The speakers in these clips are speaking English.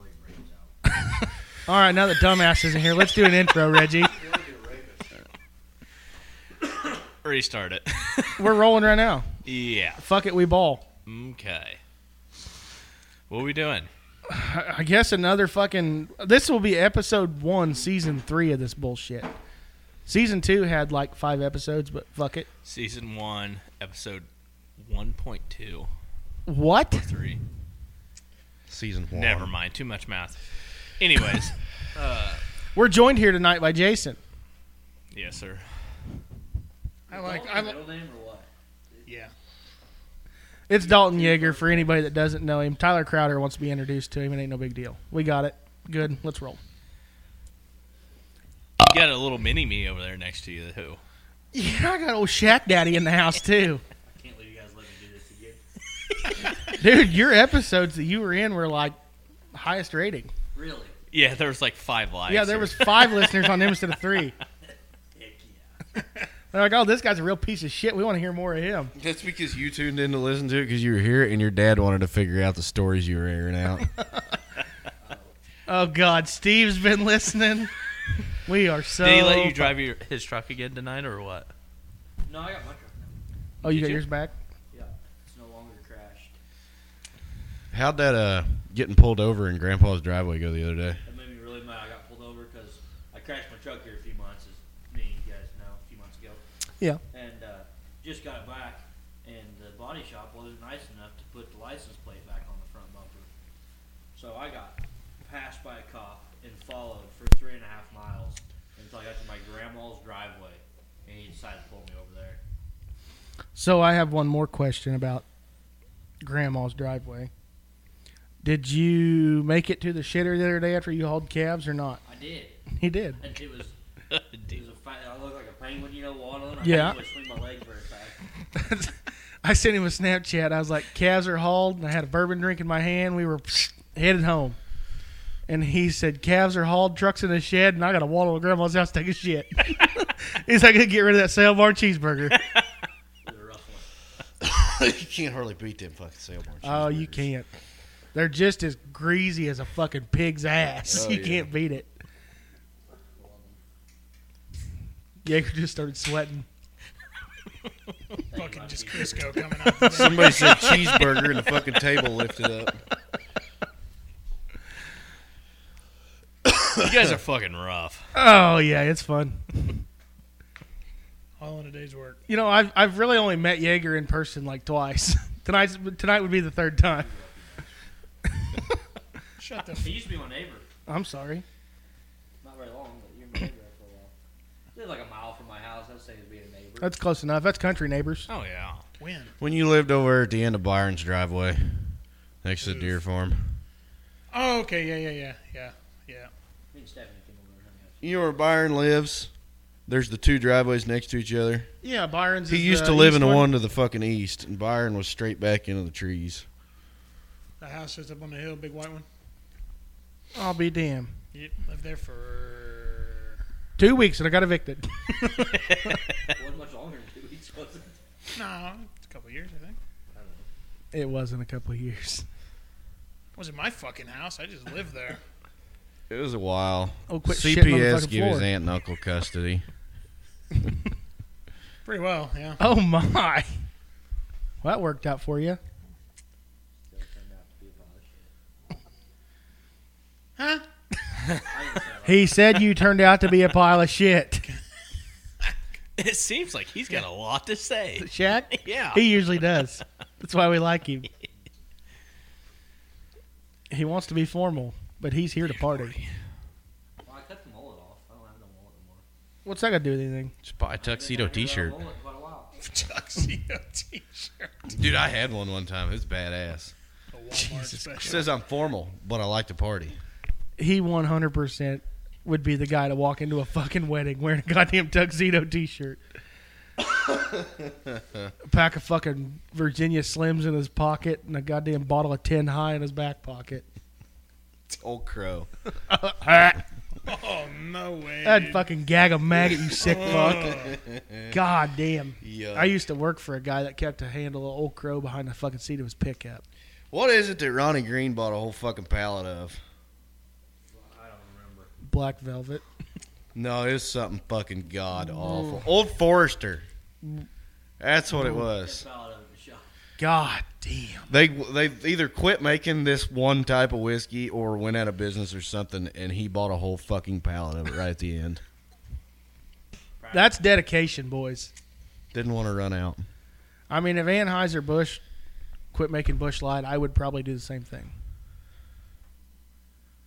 All right, now that dumbass isn't here, let's do an intro, Reggie. Restart it. We're rolling right now. yeah. Fuck it, we ball. Okay. What are we doing? I I guess another fucking. This will be episode one, season three of this bullshit. Season two had like five episodes, but fuck it. Season one, episode one point two What? three. Season one. Never mind. Too much math. Anyways. We're joined here tonight by Jason. yes, sir. I like. I middle name or what? Yeah. It's Dalton Yeager for anybody that doesn't know him. Tyler Crowder wants to be introduced to him. It ain't no big deal. We got it. Good. Let's roll. You got a little mini me over there next to you, who? Yeah, I got old Shack Daddy in the house too. I can't believe you guys let me do this again. Dude, your episodes that you were in were like highest rating. Really? Yeah, there was like five lives. Yeah, there or- was five listeners on them instead of three. Heck yeah. They're like, oh, this guy's a real piece of shit. We want to hear more of him. That's because you tuned in to listen to it because you were here and your dad wanted to figure out the stories you were airing out. Oh God, Steve's been listening. We are so. Did he let you drive your, his truck again tonight or what? No, I got my truck now. Oh, you Did got you? yours back. Yeah. It's no longer crashed. How'd that uh getting pulled over in Grandpa's driveway go the other day? That made me really mad. I got pulled over because I crashed my truck here a few months, as me and you guys know, a few months ago. Yeah. And uh, just got it back, and the body shop wasn't nice enough to put the license plate back on the front bumper. So I got passed by a cop and followed for three and a half miles until I got to my grandma's driveway, and he decided to pull me over there. So I have one more question about Grandma's driveway. Did you make it to the shitter the other day after you hauled calves or not? I did. He did. And it was it Dude. was a fight. I looked like a penguin, you know, waddling. I Yeah. couldn't really swing my legs very fast. I sent him a Snapchat. I was like, calves are hauled, and I had a bourbon drink in my hand. We were headed home. And he said, calves are hauled, trucks in the shed, and I got to waddle to grandma's house to take a shit. He's like, I could get rid of that sale bar cheeseburger. It was a rough one. you can't hardly beat them fucking sailboards. oh, you can't. They're just as greasy as a fucking pig's ass. Oh, you yeah. can't beat it. Jaeger just started sweating. Fucking just Crisco coming up. Somebody said cheeseburger and the fucking table lifted up. You guys are fucking rough. Oh, yeah, it's fun. All in a day's work. You know, I've I've really only met Jaeger in person like twice. Tonight's tonight would be the third time. Shut the. He used to be my neighbor. I'm sorry. Not very long, but you're my neighbor for a while. Lived like a mile from my house. I'd say he'd be a neighbor. That's close enough. That's country neighbors. Oh, yeah. When? When you lived over at the end of Byron's driveway, next to the deer farm, Oh, okay. Yeah, yeah, yeah, yeah, yeah. Me and Stephanie came over and hung out. you know where Byron lives. There's the two driveways next to each other. Yeah, Byron's. He is used the to live east in the one to the fucking east, and Byron was straight back into the trees. The house that's up on the hill, big white one. I'll be damned. Yep. Lived there for. Two weeks and I got evicted. Wasn't much longer than two weeks, was it? No, it's a couple of years, I think. It wasn't a couple of years. wasn't my fucking house. I just lived there. It was a while. Oh, quit shitting on the CPS fucking gave his floor. aunt and uncle custody. Pretty well, yeah. Oh my. Well, that worked out for you. So it turned out to be a lot of shit. Huh? I didn't say a lot. He said you turned out to be a pile of shit. It seems like he's got a lot to say. Shaq? Yeah. He usually does. That's why we like him. He wants to be formal, but he's here to party. Well, I cut the mullet off. I don't have no mullet anymore. What's that got to do with anything? Just buy a tuxedo I've been down here T-shirt, without a mullet quite a while. Tuxedo T-shirt. dude. I had one one time. It's badass. A Walmart It special. says I'm formal, but I like to party. he 100% would be the guy to walk into a fucking wedding wearing a goddamn tuxedo t-shirt a pack of fucking virginia slims in his pocket and a goddamn bottle of 10 high in his back pocket Old crow. Oh no way. i'd dude. fucking gag a maggot you sick fuck god damn Yeah. i used to work for a guy that kept a handle of old crow behind the fucking seat of his pickup What is it that Ronnie Green bought a whole fucking pallet of? I don't remember. black velvet. No, it was something fucking god awful. Old Forester. That's what it was. fell out of the shop. God damn. They they either quit making this one type of whiskey or went out of business or something, and he bought a whole fucking pallet of it right at the end. That's dedication, boys. Didn't want to run out. I mean, if Anheuser Busch quit making Bush Light, I would probably do the same thing.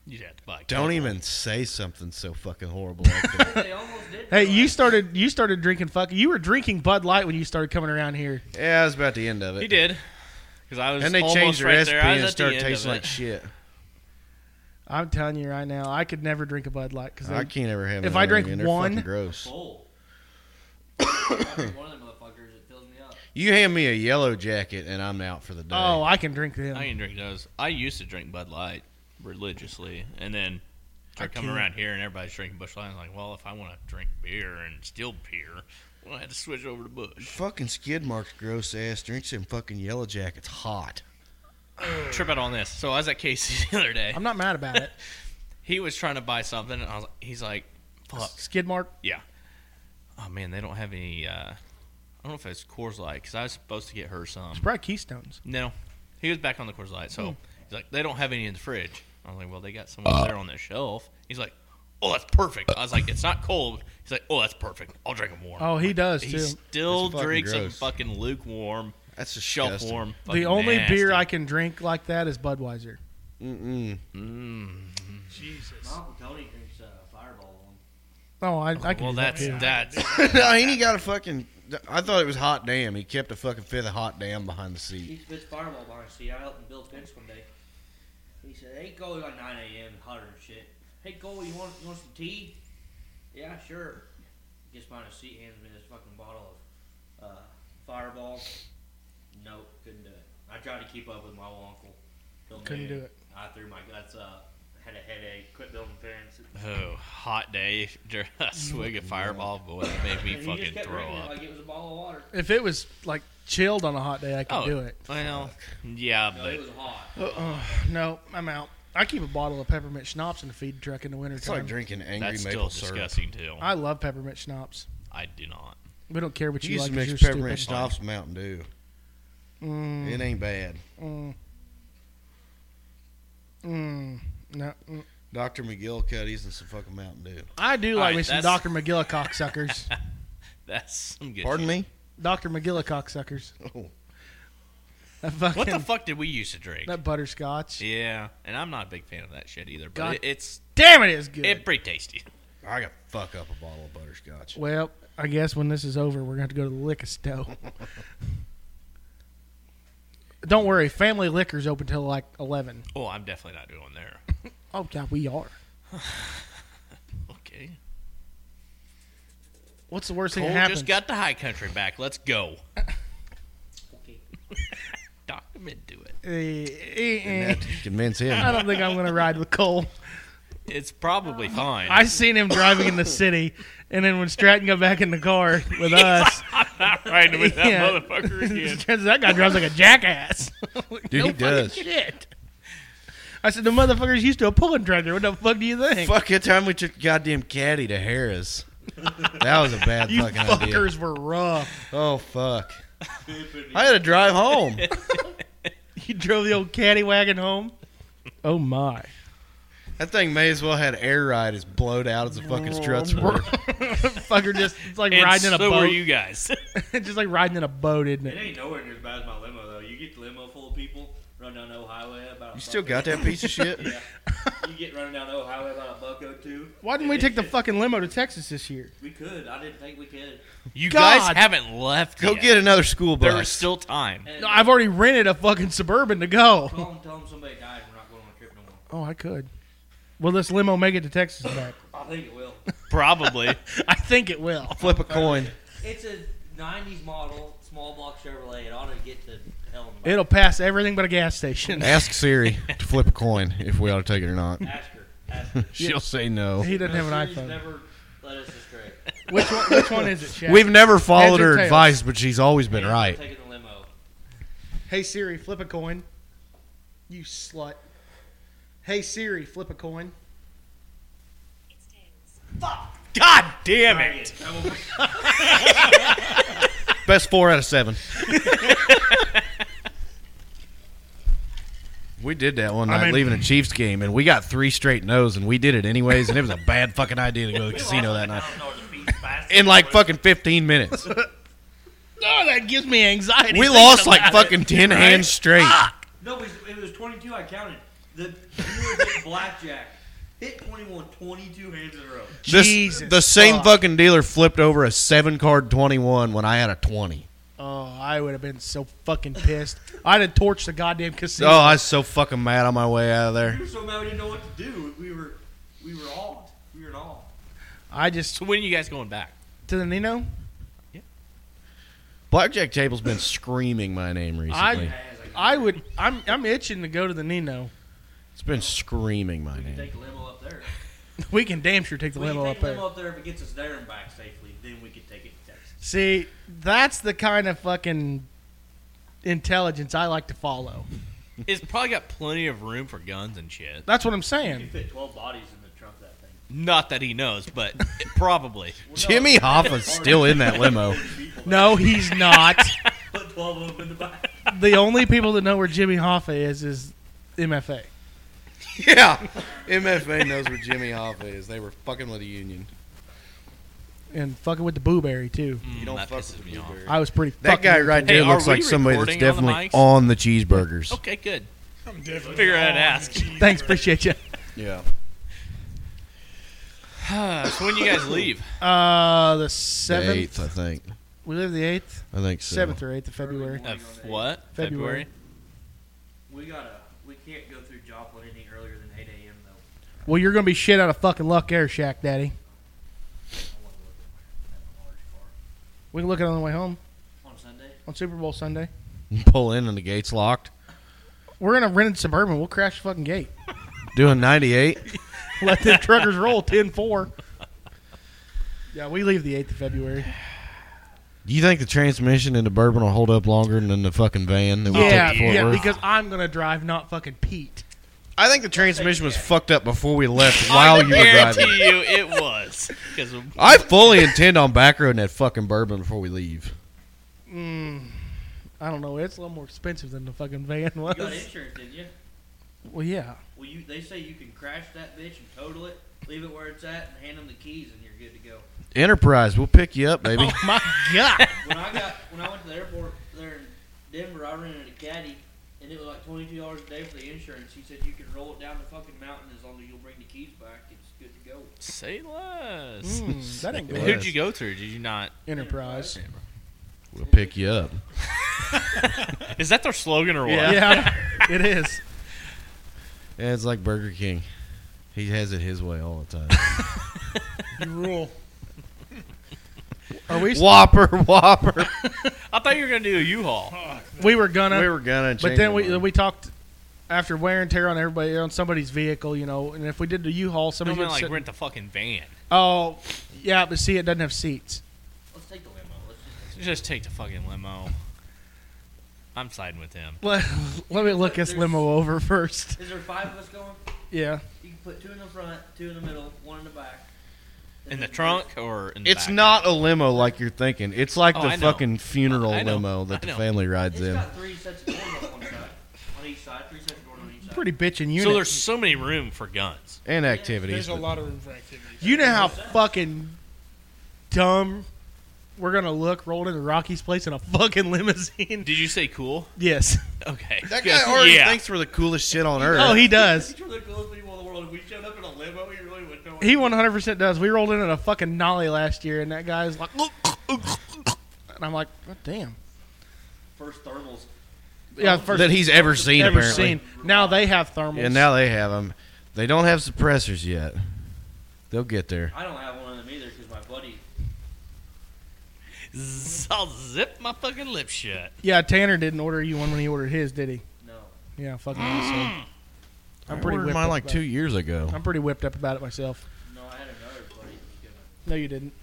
You'd have to buy. a Don't keg. even say something so fucking horrible like that. They almost did. Hey, go you out. started you started drinking fuck. You were drinking Bud Light when you started coming around here. yeah, it's about the end of it. He did. Because I was And they almost changed the right recipe there. I was and at the started end of tasting it. like shit. I'm telling you right now, I could never drink a Bud Light because I can't ever have If another I drink again. They're one- fucking gross. Full. Every one of them motherfuckers, it fills me up. You hand me a yellow jacket and I'm out for the day. oh, I can drink them. I can drink those. I used to drink Bud Light religiously, and then I start coming can't. around here and everybody's drinking Bush Light. I'm like, well, if I want to drink beer and still beer, well, I had to switch over to Bush. Fucking Skidmark's gross ass drinks them fucking yellow jackets hot. Trip out on this. So I was at Casey's the other day. I'm not mad about it. He was trying to buy something, and I was. He's like, fuck. Skid mark. Yeah. Oh man, they don't have any. Uh, I don't know if it's Coors Light because I was supposed to get her some. Probably Keystones. No, he was back on the Coors Light, so Hmm. he's like, they don't have any in the fridge. I was like, well, they got some Uh. over there on the shelf. He's like, oh, that's perfect. I was like, it's not cold. He's like, oh, that's perfect. I'll drink them warm. Oh, he does he too. still That's fucking drinks them gross. fucking lukewarm, That's a shelf warm. the only beer I can drink like that is Budweiser. Mm-mm. Mm. Jesus. My uncle Tony drinks uh, Fireball one. Oh, I, I can. Well, do that, that's too. that's no, he ain't got a fucking. I thought it was hot damn. He kept a fucking fifth of hot damn behind the He seat. spits Fireball behind us. See, I helped him build fence one day. He said, "Hey, go like 9 a.m. hotter and shit. Hey, go. You want you want some tea? Yeah, sure." Gets behind his seat, hands me this fucking bottle of uh, Fireball. Nope, couldn't do it. I tried to keep up with my old uncle. till Couldn't noon. do it. I threw my guts up. Had a headache. Quit building fence. oh, hot day. A swig of Fireball, boy, that made me And he just fucking kept throw drinking it up. like it was a bottle of water. If it was like chilled on a hot day, I could Oh, do it. Well, yeah, No, but it was hot. Uh, No, I'm out. I keep a bottle of peppermint schnapps in the feed truck in the It's wintertime. like drinking angry that's still maple syrup. disgusting too. I, I love peppermint schnapps. do not. We don't care what You you, used like. to 'cause mix you're peppermint stupid. schnapps with Mountain Dew. Mm, It ain't bad. mm, mm, no, mm. Dr. McGillicuddy's and some fucking Mountain Dew. I do All like right, me some that's- Dr. McGilla cocksuckers. That's some good. Pardon me? Dr. McGilla cocksuckers. Oh. That fucking What the fuck did we used to drink? that butterscotch. Yeah, and I'm not a big fan of that shit either. God But it, it's Damn it is good. it pretty tasty. I got to fuck up a bottle of butterscotch. well, I guess when this is over, we're gonna have to go to the liquor store. Don't worry, family liquor's open till like eleven. Oh, I'm definitely not doing there. Oh yeah, we are. Okay, What's the worst Cole thing that happens? just got the high country back. Let's go. Okay. Document do it. Eh, eh, Didn't eh. have to convince I him. don't think I'm gonna ride with Cole. It's probably fine. I seen him driving in the city, and then when Stratton got back in the car with us, I'm not riding with that Yeah. motherfucker again. that guy drives like a jackass. Dude, he does. Shit. I said the motherfucker's used to a pulling tractor. What the fuck do you think? Fuck that time we took the goddamn caddy to Harris. That was a bad you fucking idea. fuckers were rough. Oh fuck! I had to drive home. You drove the old caddy wagon home. Oh my! That thing may as well had air ride as blowed out as the fucking struts were. Fucker just it's like And riding in a so were boat. you guys. just like riding in a boat, isn't It it? ain't nowhere near as bad as my limo though. You get the limo full of people, run down no highway about. You a still buck- got that piece of shit? Yeah. you get running down no highway about a buck o two. Why didn't we take the fucking limo to Texas this year? We could. I didn't think we could. You God. guys haven't left. Go yet. get another school There is bus. still time. And No, I've already rented a fucking suburban to go. call them, tell them somebody died. We're not going on a trip no more. Oh, I could. Will this limo make it to Texas back? I think it will. Probably. I think it will. Flip a coin. It's a '90s model, small block Chevrolet. It ought to get to hell in a It'll pass everything but a gas station. Ask Siri to flip a coin if we ought to take it or not. bucket. Ask her. Ask her. She'll say no. He doesn't have an She's iPhone. never led us astray. Which one, which one is it, Shaq? We've never Heads followed or her tails? advice, but she's always been right. Taking the limo. hey Siri, flip a coin. You slut. Hey Siri, flip a coin. It's Fuck! God damn it! Best four out of seven. we did that one night, mean- leaving a Chiefs game, and we got three straight no's, and we did it anyways, and it was a bad fucking idea to go to the casino that night. In like fucking 15 minutes. Oh, that gives me anxiety. We thinking lost like about Ah, fucking 10 hands straight. No, it was, it was 22. I counted. The viewers at blackjack hit 21 22 hands in a row. it. This- Jesus the same fuck. fucking dealer flipped over a seven card 21 when I had a 20. Oh, I would have been so fucking pissed. I'd have torched the goddamn casino. Oh, I was so fucking mad on my way out of there. We were so mad we didn't know what to do. We were, we were awed. We were in awe. I just So when are you guys going back? to the Nino. Blackjack Table's been screaming my name recently. I I would. I'm I'm itching to go to the Nino. it's been screaming my name. Take a limo up there. We can damn sure take the We can limo take up a there. limo up there if it gets us there and back safely. Then we could take it to Texas. See, that's the kind of fucking intelligence I like to follow. It's probably got plenty of room for guns and shit. That's what I'm You saying. fit 12 bodies in the trunk of that thing. Not that he knows, but it- probably. Well, no, Jimmy Hoffa's still in that limo. people No, he's not. Put 12 of them in the back. the only people that know where Jimmy Hoffa is is MFA. Yeah. MFA knows where Jimmy Hoffa is. They were fucking with the union. And fucking with the blueberry too. Mm, that pisses me off. I was pretty. That fucking guy right Hey, there are looks we like somebody that's recording on the definitely mics? on the cheeseburgers. Okay, good. I'm definitely Figure I'd on ask. cheese. Thanks, appreciate you. Yeah. so when you guys leave? Uh, the The seventh. eighth, I think. We live the eighth, I think so. seventh or eighth of February. Of uh, what? February. We gotta. We can't go through Joplin any earlier than 8 a.m. though. Well, you're gonna be shit out of fucking luck, Air Shack, Daddy. We can look at it on the way home On Sunday? on Super Bowl Sunday. Pull in and the gate's locked. We're in a rented suburban. We'll crash the fucking gate. Doing 98. Let the truckers roll 10-4. Yeah, we leave the eighth of February. Do you think the transmission in the bourbon will hold up longer than the fucking van that we Yeah, took to Fort yeah, Worth? because I'm gonna drive, not fucking Pete. I think the transmission was fucked up before we left while you were driving. guarantee you it was. 'Cause I fully intend on back roading that fucking bourbon before we leave. Mm, I don't know. It's a little more expensive than the fucking van was. You got insurance, didn't you? Well, yeah. Well, you. They say you can crash that bitch and total it, leave it where it's at, and hand them the keys, and you're good to go. Enterprise, we'll pick you up, baby. Oh my god. When I got, when I went to the airport there in Denver, I rented a caddy, and it was like twenty-two dollars a day for the insurance. He said you can roll it down the fucking mountain as long as you'll bring the keys back. It's good to go. Say less. Mm, that ain't It good. Who'd was. you go through? Did you not? Enterprise. We'll pick you up. Is that their slogan or what? Yeah, it is. Yeah, it's like Burger King. He has it his way all the time. You rule. Are we? whopper, whopper. I thought you were gonna do a U-Haul. Fuck. We were gonna. we were gonna, But then we we talked after wear and tear on everybody on somebody's vehicle, you know. And if we did the U-Haul, No, I somebody meant, would like sit- rent the fucking van. Oh, yeah, but see, it doesn't have seats. Let's take the limo. Let's just. Just take the fucking limo. I'm siding with him. Let, let me look this limo over first. Is there five of us going? Yeah, You can put two in the front, two in the middle, one in the back. In the then- trunk or in the It's back? not a limo like you're thinking. It's like Oh, I the know. fucking funeral I know. limo that I the know. family rides It's in. got three sets of doors on one side, on each side, three sets of doors on each side. pretty bitching unit. So there's so many room for guns. And There's activities. a but- lot of room for activities. you know how fucking dumb we're gonna look rolled into Rocky's place in a fucking limousine. Did you say cool? yes. Okay. that Good. guy already yeah. thinks we're the coolest shit on earth. Oh, he does. These were the coolest people in the world. If we showed up in a limo, we really would know. He 100% does. We rolled in in a fucking nollie last year, and that guy's like, and I'm like, God damn. First thermals. Yeah, first that he's ever seen, ever apparently. seen. Now they have thermals. And now they have them. They don't have suppressors yet. They'll get there. I don't have one of them either because my buddy. Z- I'll zip my fucking lips shut. yeah, Tanner didn't order you one when he ordered his, did he? No. Yeah, fucking asshole. I'm I pretty ordered whipped mine up like about two It. years ago. I'm pretty whipped up about it myself. No, I had another buddy that was gonna. No, you didn't.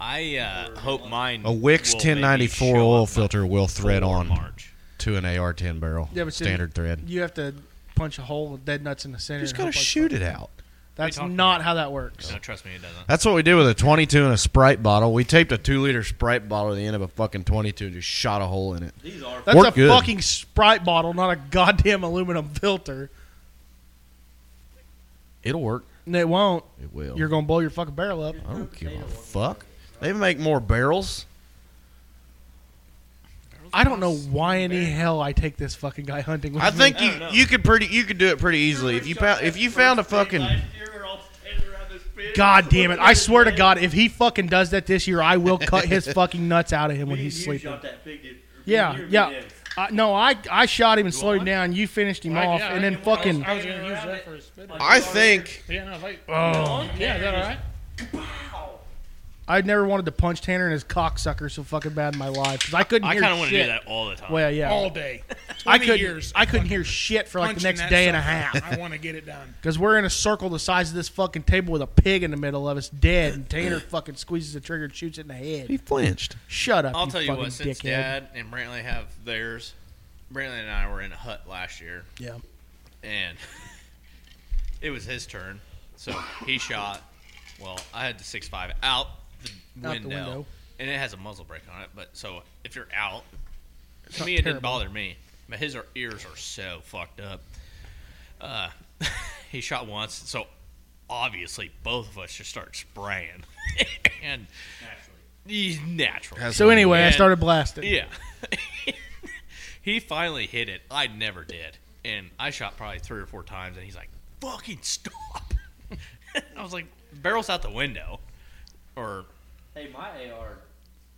I uh, hope mine. A Wix will 1094 maybe show oil up filter will thread before on March. to an AR-10 barrel. Yeah, but see- standard thread. You have to punch a hole with dead nuts in the center. You just and hope gotta like shoot it out. That's talked not how that works. No, trust me, it doesn't. That's what we did with a 22 and a Sprite bottle. We taped a two liter Sprite bottle to the end of a fucking 22 and just shot a hole in it. These are That's Worked a good. fucking Sprite bottle, not a goddamn aluminum filter. It'll work. And it won't. It will. You're gonna blow your fucking barrel up. I don't give a fuck. They make more barrels. I don't know why in the hell I take this fucking guy hunting. With I me. think I you, don't know. you could pretty you could do it pretty easily if you found if you found a fucking God damn it! I swear to God, if he fucking does that this year, I will cut his fucking nuts out of him when he's sleeping. Yeah, yeah. Uh, no, I I shot him and slowed him down. You finished him off, yeah, and I then can walk. fucking I was going to use that for a spit. I think Yeah, no, like. Oh. Yeah, is that all right? I never wanted to punch Tanner and his cocksucker so fucking bad in my life 'cause I couldn't. I kind of want to do that all the time. Well, yeah, All day. 20 I couldn't. years. I couldn't hear shit for like the punching next that day and a sucker. half I want to get it done. because we're in a circle the size of this fucking table with a pig in the middle of us, dead, and Tanner fucking squeezes the trigger and shoots it in the head. he flinched. Shut up! I'll tell you fucking what, since dickhead. Dad and Brantley have theirs, Brantley and I were in a hut last year, Yeah. and it was his turn. So he shot. Well, I had the six five out the Out the window, window. and it has a muzzle brake on it. But so if you're out, to not me it terrible. didn't bother me. But his ears are so fucked up. Uh, he shot once, so obviously both of us just start spraying, and he's natural. So anyway, I And- started blasting. Yeah. he finally hit it. I never did. And I shot probably three or four times, and he's like, fucking stop. I was like, barrels out the window. Or Hey, my AR.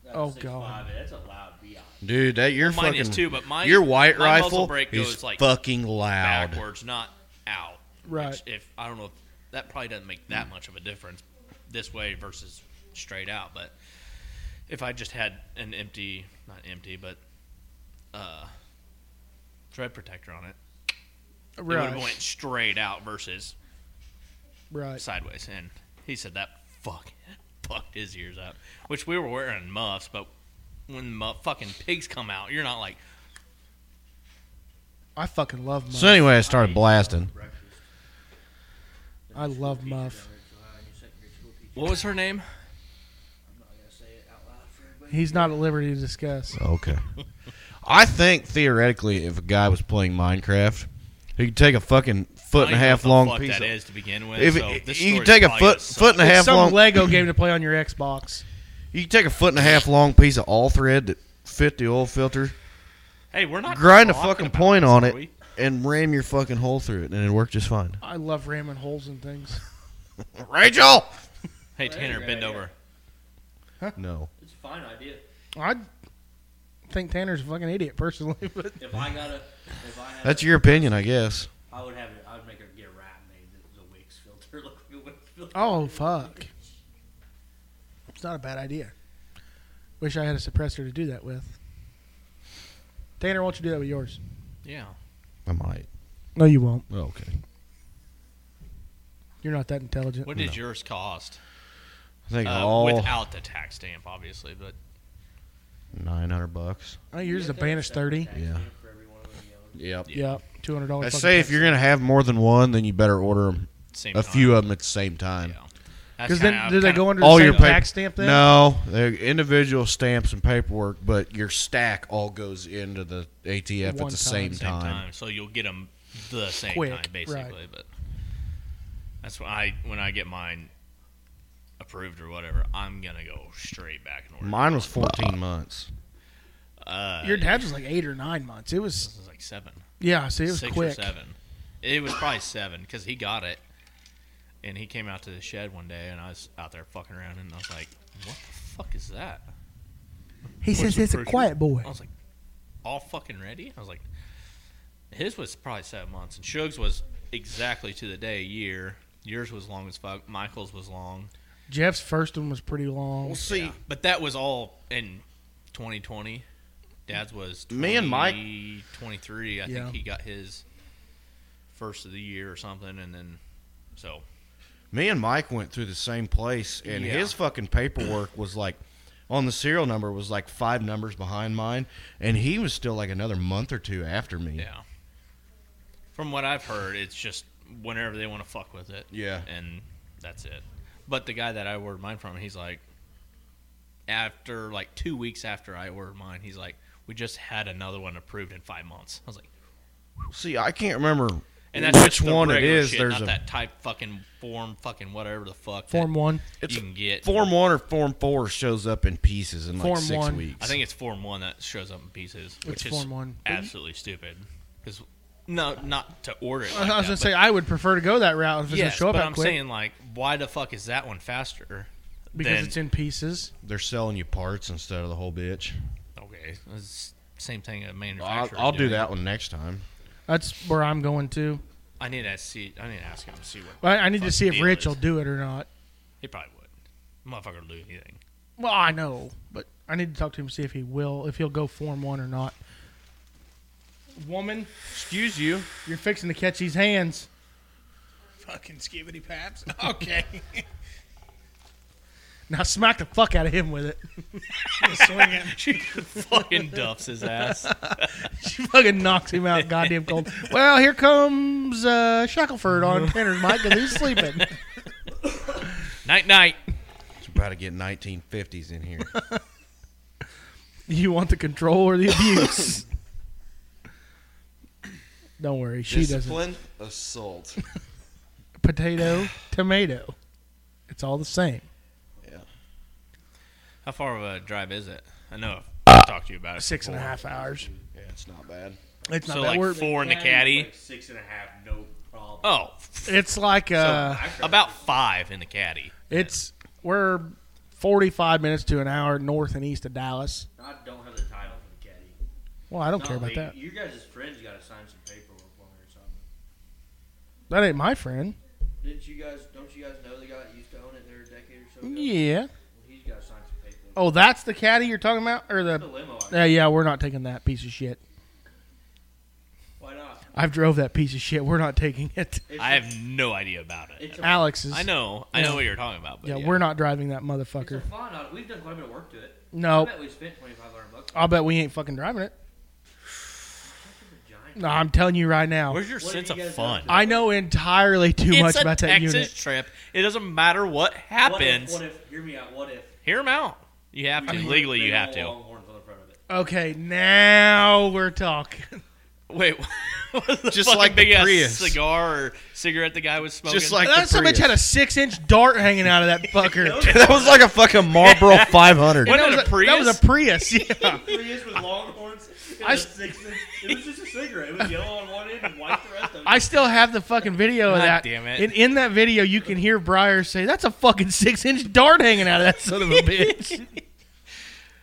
That's Oh, oh god, that's a loud bi. Dude, that you're mine fucking is too, but mine- your white my muzzle rifle brake is goes, like, fucking loud. backwards, not out. which Right. if I don't know, if, that probably doesn't make that much of a difference this way versus straight out. But if I just had an empty, not empty, but uh, thread protector on it, it would Right. have went straight out versus Right. sideways, and he said that fuck fucked his ears up. Which we were wearing muffs, but when mu- fucking pigs come out, you're not like I fucking love Muff. So anyway, I started blasting. I love Muff. what was her name? He's not at liberty to discuss. Okay. I think theoretically, if a guy was playing Minecraft, he could take a fucking foot and a I don't even know half what the long fuck piece. that of- is to begin with. If so this you story's could take a probably gonna foot suck. foot and a It's half some long, Lego game to play on your Xbox. you could take a foot and a half long piece of all thread that fit the oil filter, hey, we're not grind a talking fucking about point this, on are it, we? and ram your fucking hole through it, and it worked just fine. I love ramming holes in things. Rachel. Hey Well, Tanner, there you bend go, yeah. over. No. It's a fine idea. I think Tanner's a fucking idiot personally, but If I got a, if I had, That's a, your opinion, I guess. I would have it. I would make her get a wrap made that the Wix filter look like a Wix filter. oh fuck, it's not a bad idea. Wish I had a suppressor to do that with. Tanner, why don't you do that with yours? Yeah, I might. No, you won't. Okay. You're not that intelligent. what did yours cost? I think Uh, all Without the tax stamp, obviously, but nine hundred bucks. Oh, yours is a Banish thirty. Yeah. For every one of them you own. Yep. Yeah, two hundred I dollars. say if you're gonna have more than one, then you better order 'em- same a time. few of them at the same time. Yeah. That's because then kinda- do they kinda- go under all the your same paper tax stamp then? No, they're individual stamps and paperwork, but your stack all goes into the ATF One at the time. same, same time. time. so you'll get them the same Quick, time basically. right. But that's when I when I get mine approved or whatever, I'm gonna go straight back and order. Mine was 14 months. uh, Your dad was like eight or nine months. It was this was like seven, yeah. See, it was six or quick. seven. It was probably seven because he got it, and he came out to the shed one day, and I was out there fucking around, and I was like, "What the fuck is that?" He says it's a quiet boy. I was like, all fucking ready? I was like, his was probably seven months, and Shug's was exactly to the day a year. Yours was long as fuck. Michael's was long. Jeff's first one was pretty long. see. Yeah. But that was all in 2020. Dad's was 20, Me and Mike- 23. I Yeah. think he got his first of the year or something, and then so Me and Mike went through the same place, and Yeah. his fucking paperwork was like on the serial number was like five numbers behind mine, and he was still like another month or two after me. yeah. From what I've heard, it's just whenever they want to fuck with it. Yeah. And that's it. But the guy that I ordered mine from, he's like, after like two weeks after I ordered mine, he's like, we just had another one approved in five months. I was like, See, I can't remember and that's which just the one it regular is. Shit, There's not a that type fucking form, fucking whatever the fuck. that Form one. It's you can get form one or form four shows up in pieces in like Form six one. weeks. I think it's Form One that shows up in pieces, which is Form One. absolutely stupid. Because no, not to order it. I like was that, gonna say I would prefer to go that route if but, it's gonna yes, show up but that I'm quick saying like, why the fuck is that one faster? because than- it's in pieces. they're selling you parts instead of the whole bitch. okay. It's same thing a I'll, manufacturer. I'll do doing. that one next time. That's where I'm going to. I need to see. I need to ask him to see what. But I, I need fucking to see if deal Rich is. will do it or not. He probably would. Motherfucker will do anything. Well, I know, but I need to talk to him to see if he will, if he'll go form one or not. Woman, Excuse you. you're fixing to catch these hands. Fucking skibbity paps. Okay. Now smack the fuck out of him with it. Swing it. She fucking duffs his ass. She fucking knocks him out goddamn cold. Well, here comes uh, Shackelford on Tanner's mic because he's sleeping. Night night. It's about to get 1950s in here. You want the control or the abuse? Don't worry, she doesn't. Discipline assault. Potato, tomato. It's all the same. How far of a drive is it? I know. Uh, I've talked to you about it. Six and a before. half hours. Yeah, it's not bad. It's not So that like word. four in the caddy. Like six and a half, no problem. Oh, It's like uh, I tried- about five in the caddy. it's we're forty-five minutes to an hour north and east of Dallas. I don't have the title for the caddy. Well, I don't No, care about like, that. You guys' friends got to sign some paperwork on it or something. That ain't my friend. Didn't you guys? Don't you guys know the guy that used to own it there a decade or so? ago? Yeah. Well, he's got to sign some paperwork. Oh, that's the caddy you're talking about, or The the? limo. I- Yeah, yeah. We're not taking that piece of shit. Why not? I've drove that piece of shit. We're not taking it. It's I have no idea about A, it's it. a, Alex is. I know, I know what you're talking about, but Yeah, yeah, we're not driving that It's a motherfucker. fun. auto. We've done quite a bit of work to it. I No, bet we spent twenty five hundred bucks. I'll bet we ain't fucking driving it. Giant. No, I'm telling you right now. Where's your What are sense you of guys fun? up to? I know entirely too it's much a about that Texas unit. trip. It doesn't matter what What if, happens. what if? Hear me out. What if? Hear him out. You have to we put legally. big You have old to. Longhorns on the front of it? Okay, now we're talking. Wait, what was the Just fucking like the big ass Prius. cigar or cigarette the guy was smoking. Just like That the son of a bitch had a Prius. six-inch dart hanging out of that fucker. that was like a fucking Marlboro 500. What- that, Wasn't was it a that was a Prius. Yeah. Three inch with longhorns. and I a s- six inch- It was just a cigarette. It was yellow on one end and white the rest of it. I still have the fucking video of God that. damn it. And in that video, you can hear Breyer say, "That's a fucking six-inch dart hanging out of that son of a bitch."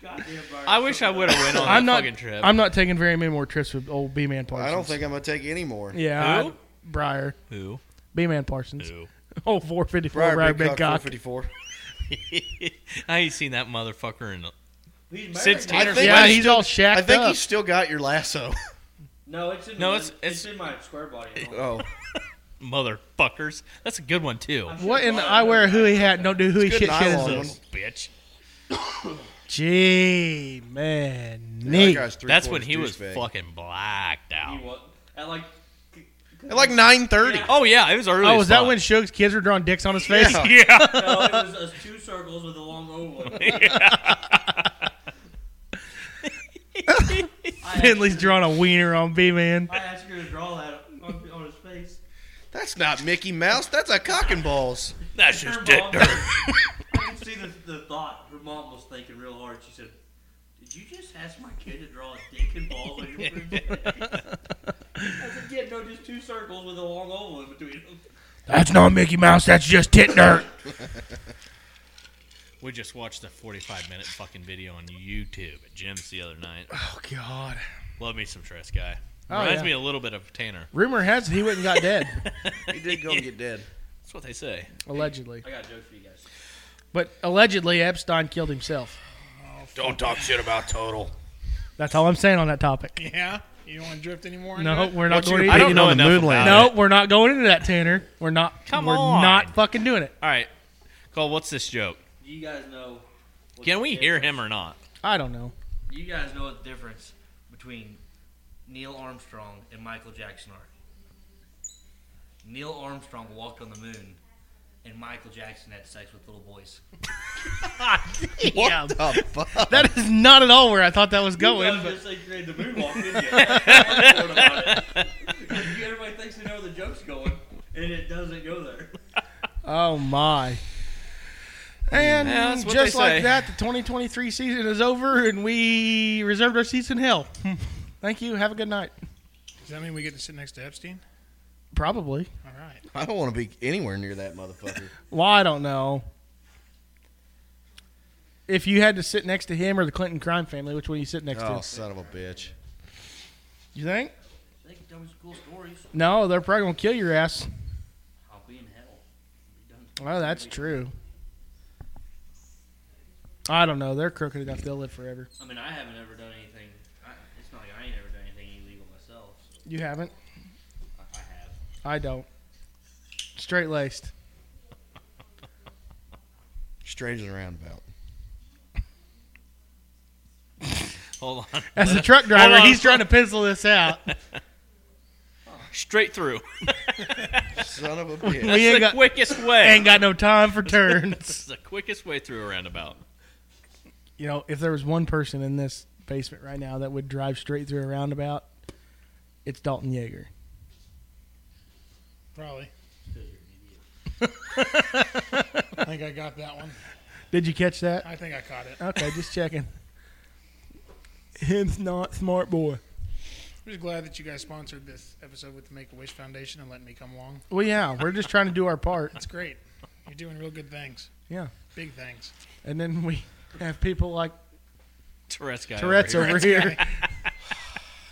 Goddamn, Brian. I wish I would have went on I'm that not. fucking trip. I'm not taking very many more trips with old B-man Parsons. I don't think I'm gonna take any more. Yeah, Who? I- Breyer, Who? B-man Parsons. Who? Oh, 454 Briar Breyer Big Cock Big Cock. 454. I ain't seen that motherfucker in. He's married Since now. Tanner's think- Yeah, I he's all shacked I think up. you still got your lasso. No, it's in No, one- it's- it's, it's- in my square body. at Oh, home. motherfuckers. That's a good one too. I should've What in the bought I it. wear a hooey hat and don't do hooey good shit shit nylon. is Little this? one. bitch. Gee, man. that Neat. guy's three That's when he was fucking. fucking blacked out. You what? At like At like 9:30. Yeah. Oh yeah, it was early. Oh, as was that fuck. when Suge's kids were drawing dicks on his face? Yeah. Yeah. no, it was us two circles with a long oval. I Finley's drawing a wiener on B Man. I asked her to draw that on, on his face. That's not Mickey Mouse. That's a cock and balls. That's Her just dick mom- dirt. I can see the, the thought. Her mom was thinking real hard. She said, "Did you just ask my kid to draw a dick and balls on your free day?" I said, "Yeah, no, just two circles with a long oval in between them." That's not Mickey Mouse. That's just tit dirt. We just watched a 45 minute fucking video on YouTube at Jim's the other night. Oh God. Love me some Tress guy. Oh, Reminds yeah. me a little bit of Tanner. Rumor has it he went and got dead, He did go and get dead. That's what they say. allegedly. I got a joke for you guys. But allegedly, Epstein killed himself. Don't talk shit about Total. That's all I'm saying on that topic. Yeah. You don't want to drift anymore? into No, it? we're not What's your going. opinion Into don't know on the enough moon about landing? no, we're not going into that, Tanner. We're not. Come we're on. not fucking doing it. All right, Cole, what's this joke? Do you guys know? what Can the we difference- hear him or not? I don't know. Do you guys know what the difference between Neil Armstrong and Michael Jackson are? Neil Armstrong walked on the moon, and Michael Jackson had sex with little boys. Damn. Oh, fuck. That is not at all where I thought that was going. you But just like you made the moonwalk, didn't you? I thought about it. 'Cause you- Everybody thinks they know where the joke's going, and it doesn't go there. oh my! And Yeah, that's what just they like say. that, the 2023 season is over, and we reserved our seats in hell. Thank you. Have a good night. Does that mean we get to sit next to Epstein? Probably. All right. I don't want to be anywhere near that motherfucker. Well, I don't know. If you had to sit next to him or the Clinton crime family, which one you sit next oh, to? son of a bitch. You think? They can tell me some cool stories. No, they're probably gonna kill your ass. I'll be in hell. Be done. Oh, that's true. I don't know. They're crooked enough. They'll live forever. I mean, I haven't ever done anything. I, it's not like I ain't ever done anything illegal myself. So You haven't. I, I have. I don't. Straight laced. Strange and roundabout. Hold on. As a truck driver, Hold on. he's trying to pencil this out. Straight through. Son of a bitch. That's ain't the got- quickest way. Ain't got no time for This turns. is the quickest way through a roundabout. you know, if there was one person in this basement right now that would drive straight through a roundabout, it's Dalton Yeager. Probably. Because you're an idiot. I think I got that one. Did you catch that? I think I caught it. Okay, just checking. Him's not smart boy. I'm just glad that you guys sponsored this episode with the Make a Wish Foundation and letting me come along. Well, yeah, we're just trying to do our part. It's great. You're doing real good things. Yeah. Big things. And then we have people like Tourette's guy. Tourette's over here. over here.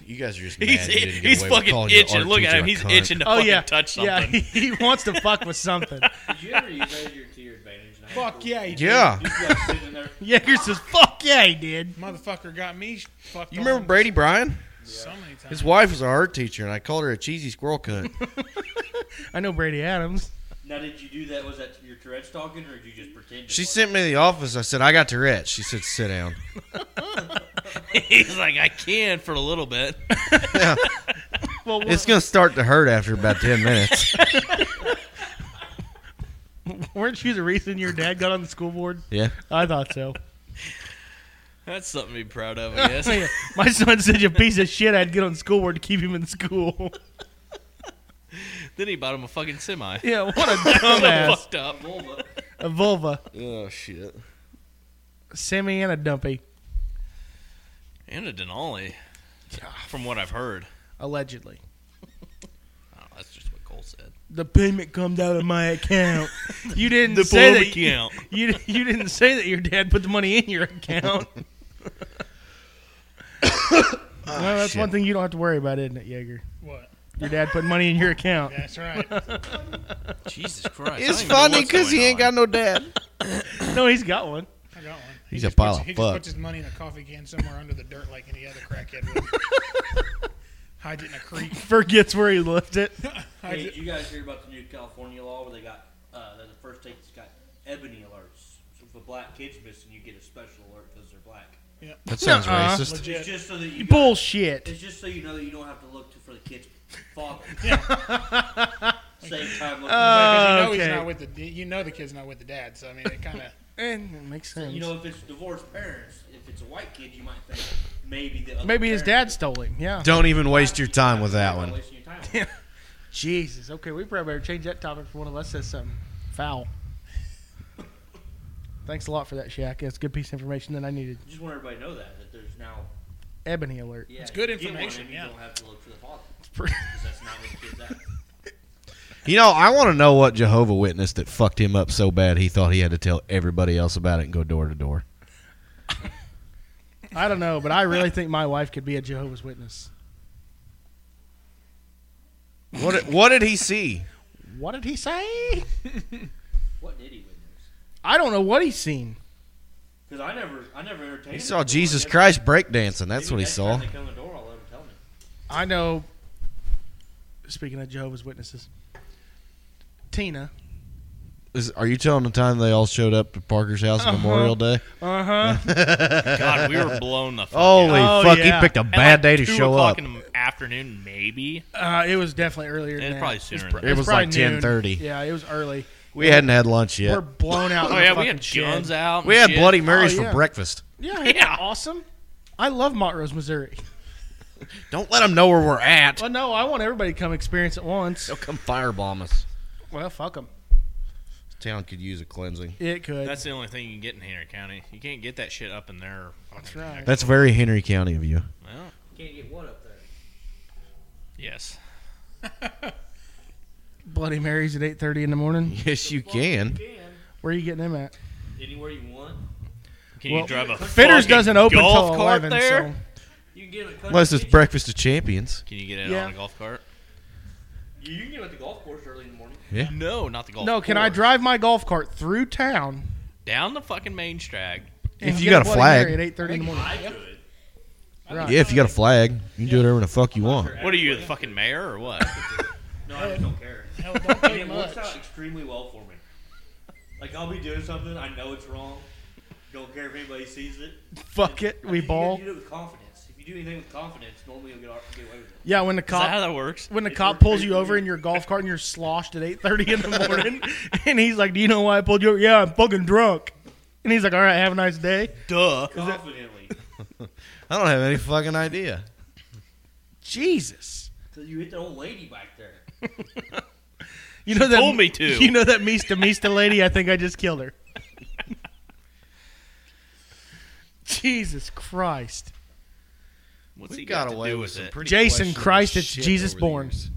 You guys are just mad He's, you didn't get he's away with fucking calling your itching. art Look at teacher him. a He's cunt. itching to Oh, fucking yeah. touch something. Yeah, he, he wants to fuck with something. Did you ever use that as your, to your advantage? in high Fuck school? yeah. You Yeah. You just, like sitting there. Yeager says, fuck yeah, he did. Motherfucker got me fucked You remember on Brady Bryan? so many times. His wife was an art teacher, and I called her a cheesy squirrel cunt. I know Brady Adams. Now, did you do that? Was that your Tourette's talking, or did you just pretend? it She was? sent me to the office. I said, I got Tourette's. She said, sit down. he's like, I can for a little bit. Well, we're, It's going to start to hurt after about 10 minutes. weren't you the reason your dad got on the school board? Yeah. I thought so. That's something to be proud of, I guess. Yeah. My son's such a piece of shit, I'd get on the school board to keep him in school. then he bought him a fucking semi. yeah, what a dumbass. Fucked up. Vulva. a vulva. Oh, shit. Semi and a dumpy. And a Denali, from what I've heard. Allegedly. I don't know, that's just what Cole said. The payment comes out of my account. You didn't The say blow that you, account. you you didn't say that your dad put the money in your account. well, that's one shit. thing you don't have to worry about, isn't it, Jaeger? What? Your dad put money in your account. That's right. Jesus Christ. It's funny because he ain't got no dad. No, he's got one. I got one. He's He a just pile puts- of He fuck. just puts his money in a coffee can somewhere under the dirt like any other crackhead would. Hides it in a creek. Forgets where he left it. Hides Hey, it- did you guys hear about the new California law where they got uh, they're the first state that's got ebony alerts? So if a black kid's missing, you get a special alert because they're black. That sounds Nuh-uh. racist. Yeah. It's just so that you got- Bullshit. It's just so you know that you don't have to look to, for the kid's father. Same time looking. Uh, Yeah, 'cause you know Okay. he's not with the d- you know the kid's not with the dad, so I mean it kind of And it makes sense. you know, if it's divorced parents, if it's a white kid, you might think maybe the other Maybe his parent- dad stole him. Yeah. Don't even waste your time with that You're not one. wasting your time with it. Jesus. Okay, we probably better change that topic for one of us says something foul. Thanks a lot for that, Shaq. That's a good piece of information that I needed. Just want everybody to know that that there's now. Ebony alert. Yeah, It's good you get one information, and yeah. You don't have to look for the father Pretty- 'cause that's not what the kid's at. You know, I want to know what Jehovah Witness that fucked him up so bad he thought he had to tell everybody else about it and go door to door. I don't know, but I really think my wife could be a Jehovah's Witness. What did, what did he see? What did he say? What did he witness? I don't know what he's seen. Because I never, I never entertained. He it saw before. Jesus Never- Christ breakdancing. That's what Maybe he next time saw. They come to the door, I'll let him tell me. I know. Speaking of Jehovah's Witnesses, Tina. Is- are you telling the time they all showed up to Parker's house on Memorial Day? Uh huh. God, we were blown the fuck out. Holy Oh, fuck! yeah. He picked a At bad like day to 2 show o'clock up. in the afternoon, maybe. Uh, it was definitely earlier. Than It's that. probably sooner pr- than that. it's It was probably like noon. 10:30. Yeah, it was early. We hadn't had lunch We're yet. blown out. Oh in the yeah, we fucking had Jones shed. out. and We had shit. Bloody Marys Oh, yeah. for breakfast. Yeah, ain't that Yeah. awesome. I love Montrose, Missouri. Don't let them know where we're at. Well, no, I want everybody to come experience it once. They'll come firebomb us. Well, fuck them. This town could use a cleansing. It could. That's the only thing you can get in Henry County. You can't get that shit up in there. That's right. That's very Henry County of you. Well, Can't get one up there. yes. Bloody Marys at eight thirty in the morning. Yes, you Well, can. You can. Where are you getting them at? Anywhere you want. Can Well, you drive a Fitters fucking doesn't open golf till cart eleven. there? So You can get them at Country Unless it's Kitchen. breakfast of champions. Can you get it Yeah. on a golf cart? You can get them at the golf course early in the morning. No, not the golf. no, can I course. drive my golf cart through town? down the fucking main drag? and If you get got a Bloody flag. Mary at eight thirty in the morning. I could. Right. Yeah, if you got a flag, you can do whatever the fuck you want. What are you, the fucking mayor or what? No, I just don't care. Hell, don't And pay it works much. out extremely well for me. Like I'll be doing something, I know it's wrong. Don't care if anybody sees it. Fuck it, we You- you- ball. You do it with confidence. If you do anything with confidence, normally you'll get, ar- get away with it. Yeah, when the Is that how cop that works? when the cop pulls you over in your golf cart and you're sloshed at eight thirty in the morning, and he's like, "Do you know why I pulled you over?" Yeah, I'm fucking drunk. And he's like, "All right, have a nice day." Duh. Confidently, I don't have any fucking idea. Jesus, because you hit the old lady back there. you know that told me to. You know that Mista Mista lady? I think I just killed her. Jesus Christ, What's he got, to do with it? pretty Jason questionable Christ, it's shit Jesus over the born. years.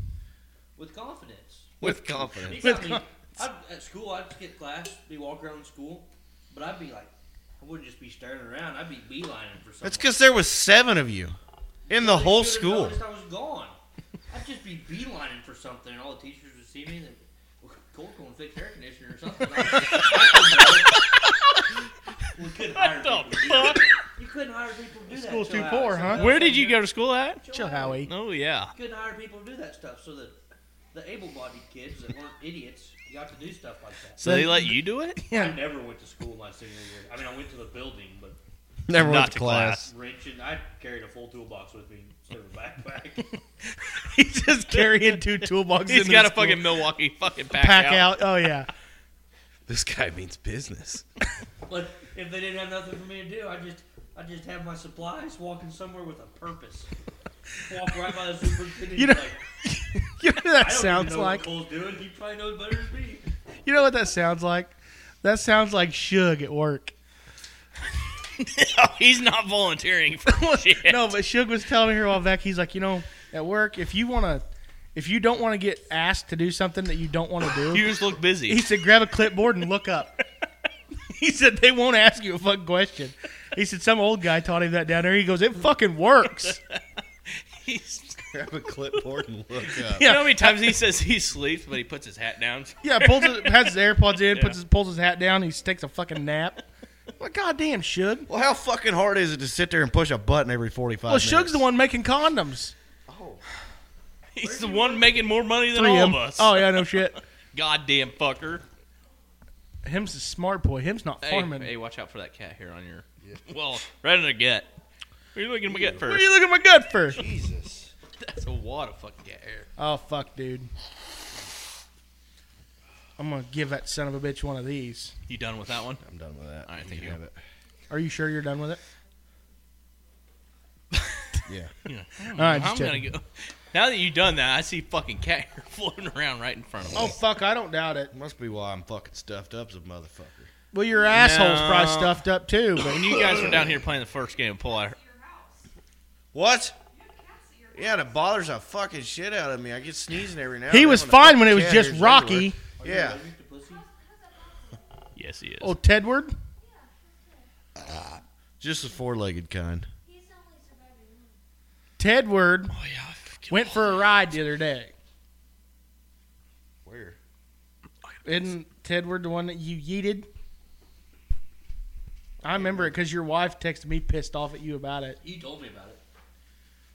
With confidence. With confidence. Anytime you- I'd, at school, I'd skip class, be walking around school, but I'd be like, I wouldn't just be staring around. I'd be beelining for something. That's because there was seven of you in the whole school. I was gone. I'd just be beelining for something, and all the teachers would see me. And well, Colt going fix air conditioner or something. we couldn't hire What the people. to do that. fuck? You couldn't hire people to do that. school's so too I- poor, so huh? that- Where did you go to school at? Joe Howie. Oh yeah. You couldn't hire people to do that stuff, so that the able-bodied kids that weren't idiots got to do stuff like that. So they let you do it? I Yeah, never went to school my senior year. I mean, I went to the building, but Never Not went to to class. class. wrench and I carried a full toolbox with me instead of a backpack. he's just carrying two toolboxes. He's into got the a school. fucking Milwaukee fucking pack, pack out. out. Oh yeah, This guy means business. But if they didn't have nothing for me to do, I just I just have my supplies walking somewhere with a purpose. Walk right by the superintendent. You know- like, you know what I that don't sounds even know like. What Cole's doing. He probably knows better than me. You know what that sounds like? That sounds like Suge at work. He's not volunteering for shit. No, but Suge was telling me here a while back. He's like, you know, at work, if you want to, if you don't want to get asked to do something that you don't want to You do, just look he busy. said, grab a clipboard and look up. he said they won't ask you a fucking question. He said some old guy taught him that down there. He goes, it fucking works. He's, Grab a clipboard and look up. you know how many times he says he sleeps, but he puts his hat down. Yeah, pulls his, has his AirPods in, Yeah. puts his, pulls his hat down, he takes a fucking nap. Well, goddamn, Suge. Well, how fucking hard is it to sit there and push a button every 45 Well, minutes? Suge's the one making condoms. He's the one making more money than Three all of 'em. of us. Oh yeah, no shit. goddamn fucker. Him's a smart boy. Him's not Hey, farming. hey, watch out for that cat here on your. Well, right in the gut. What are you looking at my gut What are first? you looking at my gut for? Jesus. That's a wad of fucking cat hair. Oh fuck, dude. I'm gonna give that son of a bitch one of these. You done with that one? I'm done with that. All right, You thank can you. have it. Are you sure you're done with it? Yeah. All right, Hmm, I'm just gonna checking. go. Now that you've done that, I see fucking cat hair floating around right in front of me. Oh fuck, I don't doubt it. Must be why I'm fucking stuffed up as a motherfucker. Well, your asshole's No. probably stuffed up too. But When you guys were down here playing the first game of pool, I, What? Yeah, that bothers the fucking shit out of me. I get sneezing every now. he and was then fine the when it was cat just hair's Rocky. Are you everywhere. allergic to pussy? yes, he is. Oh, Tedward. Yeah, just the four-legged kind. He's only surviving one. Tedward Oh, yeah, I fucking- went for a ride the other day. Where? Isn't Tedward the one that you yeeted? I remember it because your wife texted me pissed off at you about it. You told me about it.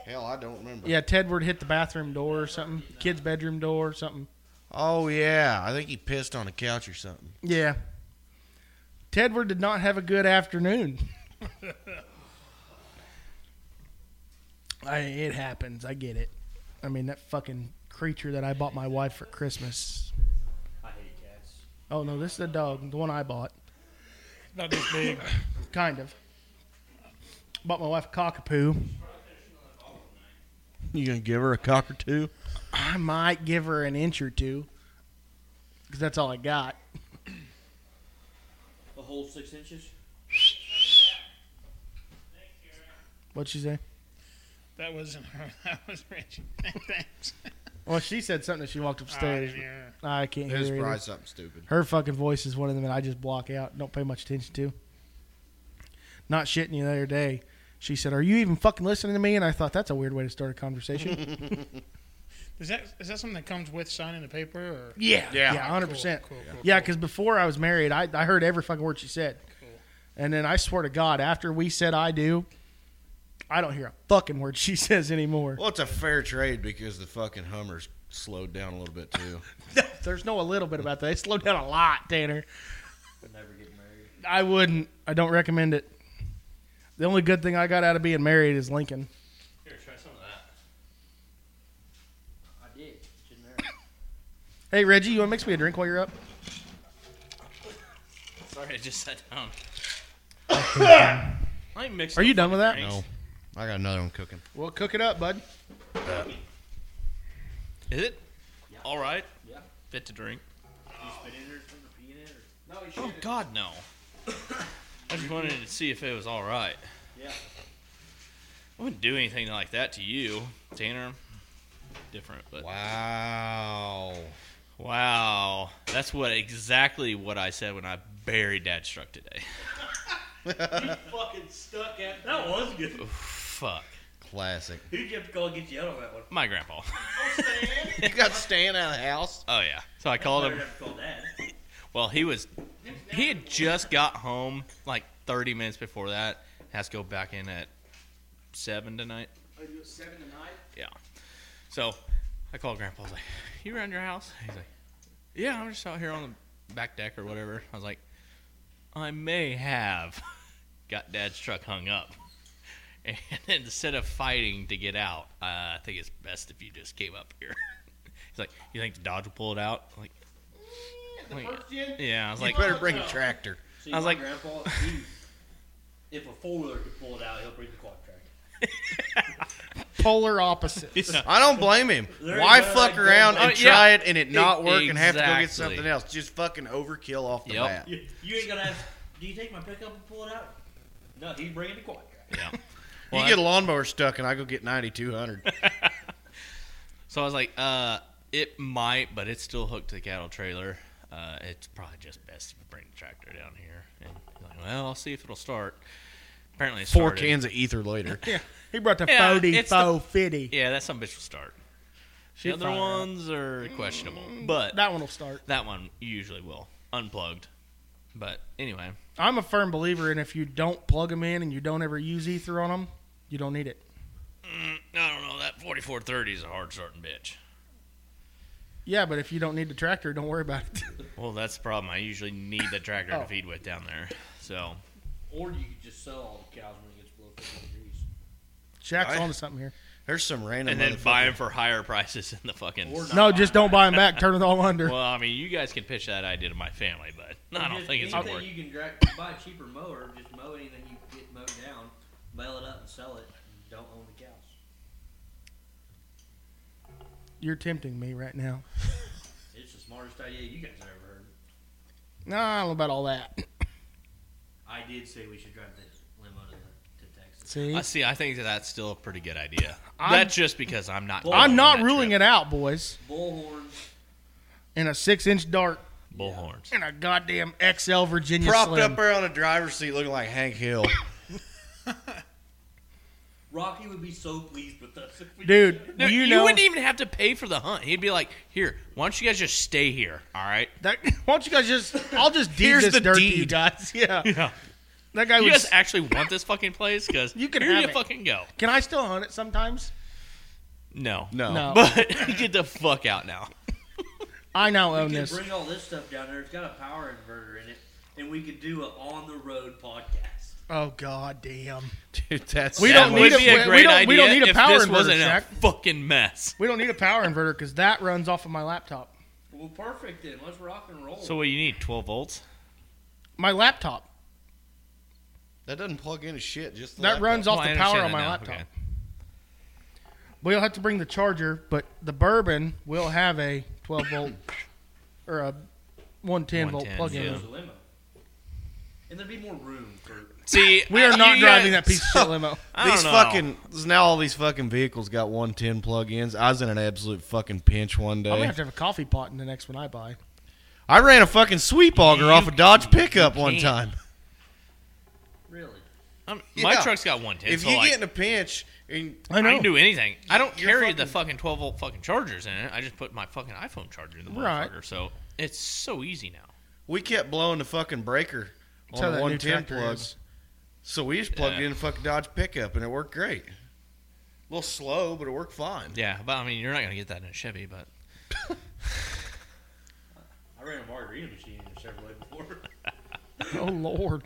Hell, I don't remember. Yeah, Tedward hit the bathroom door or something, kid's bedroom door or something. Oh yeah, I think he pissed on a couch or something. Yeah. Tedward did not have a good afternoon. I, it happens. I get it. I mean, that fucking creature that I bought my wife for Christmas. I hate cats. Oh no, this is a dog, the one I bought. Not this big. Kind of. Bought my wife a cockapoo. You gonna give her a cock or two? I might give her an inch or two, because that's all I got. A whole six inches. What'd she say? That wasn't her. That was Rich. Thanks. Well, she said something as she walked upstairs. I, yeah. I can't Ah, It was hear probably her. something stupid. Her fucking voice is one of them that I just block out. Don't pay much attention to. Not shitting you the other day. She said, "Are you even fucking listening to me?" And I thought that's a weird way to start a conversation. Is that is that something that comes with signing the paper? Or? yeah, Yeah. yeah, hundred percent. Cool, cool, cool, Yeah, cool. because before I was married, I, I heard every fucking word she said. And then I swear to God, after we said I do, I don't hear a fucking word she says anymore. Well, it's a fair trade because the fucking Hummer's slowed down a little bit too. There's no a little bit about that. It slowed down a lot, Tanner. Would never get married. I wouldn't. I don't recommend it. The only good thing I got out of being married is Lincoln. Here, try some of that. I did. Didn't marry. Hey, Reggie, you want to mix me a drink while you're up? Sorry, I just sat down. I ain't mixing Are up you done with that? fucking drinks. I got another one cooking. Well, cook it up, bud. Is it? All right. Yeah. Fit to drink. You spit in it or something, pee in it or. No, you Oh God, no. I just wanted to see if it was all right. Yeah. I wouldn't do anything like that to you, Tanner. Different, but Wow. wow, that's what exactly what I said when I buried Dad struck today. fucking stuck at. That was good. Fuck, Classic. Who'd you have to call and get you out on that one? my grandpa. You got Stan out of the house? Oh yeah, so I called Better him. have to call dad. Well, he was he had just got home like 30 minutes before that. Has to go back in at seven tonight. I do it seven to nine. Yeah. So I called Grandpa. I was like, "You around your house?" He's like, "Yeah, I'm just out here on the back deck or whatever." I was like, "I may have got Dad's truck hung up." And instead of fighting to get out, uh, I think it's best if you just came up here. He's like, "You think the Dodge will pull it out?" I'm like, "Wait." yeah. I was like, you better bring a tractor. See, I was my like- grandpa, he, if a four wheeler could pull it out, he'll bring the quad track. Polar opposites. I don't blame him. There Why you go, fuck like, around don't- and Oh, yeah. try it and it not E- work and have to go get exactly. something else? Just fucking overkill off the Yep. bat. You, you ain't gonna ask. Do you take my pickup and pull it out? No, he's bringing the quad track. "Yeah." you get a lawnmower stuck and I go get 9200. So I was like, uh, it might, but it's still hooked to the cattle trailer. Uh, it's probably just best if you bring the tractor down here. And he's like, well, I'll see if it'll start. Apparently, it Four started. cans of ether later. yeah. He brought the Yeah, 40, it's the- 50. Yeah, that some bitch will start. She'd the other fire up. ones are questionable, but that, That one will start. one usually will unplugged. But anyway, I'm a firm believer in if you don't plug them in and you don't ever use ether on them, you don't need it. Mm, I don't know. That forty-four thirty is a hard starting bitch. Yeah, but if you don't need the tractor, don't worry about it. Well, that's the problem. I usually need the tractor Oh. to feed with down there. So Or you could just sell all the cows when it gets below 50 degrees. Jack's Right. onto something here. There's some random and then motherfucker- buy them for higher prices in the fucking Or not. No, just don't buy them back. Turn it all under. Well, I mean, you guys can pitch that idea to my family, but I don't Just think it's gonna anything work. you can drag, buy a cheaper mower. Just mow anything you get mowed down, bail it up and sell it. And don't own the cows. You're tempting me right now. It's the smartest idea you guys have ever heard. No, I don't know about all that. I did say we should drive the limo to, the, to Texas. See, I see. I think that that's still a pretty good idea. I'm- that's just because I'm not. Well, going I'm on not that ruling trip. it out, boys. Bullhorns. In a six-inch dart Bullhorns. and a goddamn XL Virginia propped Slim. up there on a driver's seat looking like Hank Hill. Rocky would be so pleased with us if we Dude, Dude, you you, know wouldn't even have to pay for the hunt. He'd be like, "Here, why don't you guys just stay here? All right." that, why don't you guys just? I'll just deed Here's this the dirt to you deed. guys. Yeah, Yeah. that guy You was. guys actually want this fucking place? Because You can here have you it. fucking go. Can I still hunt it sometimes? No, No. No. But get the fuck out now. I now own could this. bring all this stuff down there. It's got a power inverter in it, and we could do a on the road podcast. Oh god damn. Dude, that's We That don't would need a- be a we- we great don't- idea we don't need a if power this inverter, wasn't Jack. a fucking mess. We don't need a power inverter because that runs off of my laptop. Well, perfect then. Let's rock and roll. So what you need? Twelve volts. My laptop that doesn't plug into shit. Just the that laptop. runs off Well, I the power understand on that my now. laptop. Okay. We'll have to bring the charger, but the bourbon will have a 12 volt or a 110 volt 110, plug in. yeah. There's a limo. And there'd be more room for. See, We are not you driving guys- that piece of shit limo. I don't These know. fucking now all these fucking vehicles got 110 plug-ins. I was in an absolute fucking pinch one Oh, I'm gonna day. have to have a coffee pot in the next one I buy. I ran a fucking sweep auger off a Dodge pickup you one can't. time. Really? I'm- my Yeah. truck's got one ten. If so you like, get in a pinch, and I, can do anything. I don't You're carry the fucking- fucking twelve volt fucking chargers in it. I just put my fucking iPhone charger in the Right. motherfucker. So it's so easy now. we kept blowing the fucking breaker That's on how the that new 110 tractor plugs. is. So we just plugged Yeah. in a fucking Dodge pickup, and it worked great. A little slow, but it worked fine. Yeah, but I mean, you're not gonna get that in a Chevy, but I ran a margarita machine in a Chevrolet before. Oh lord,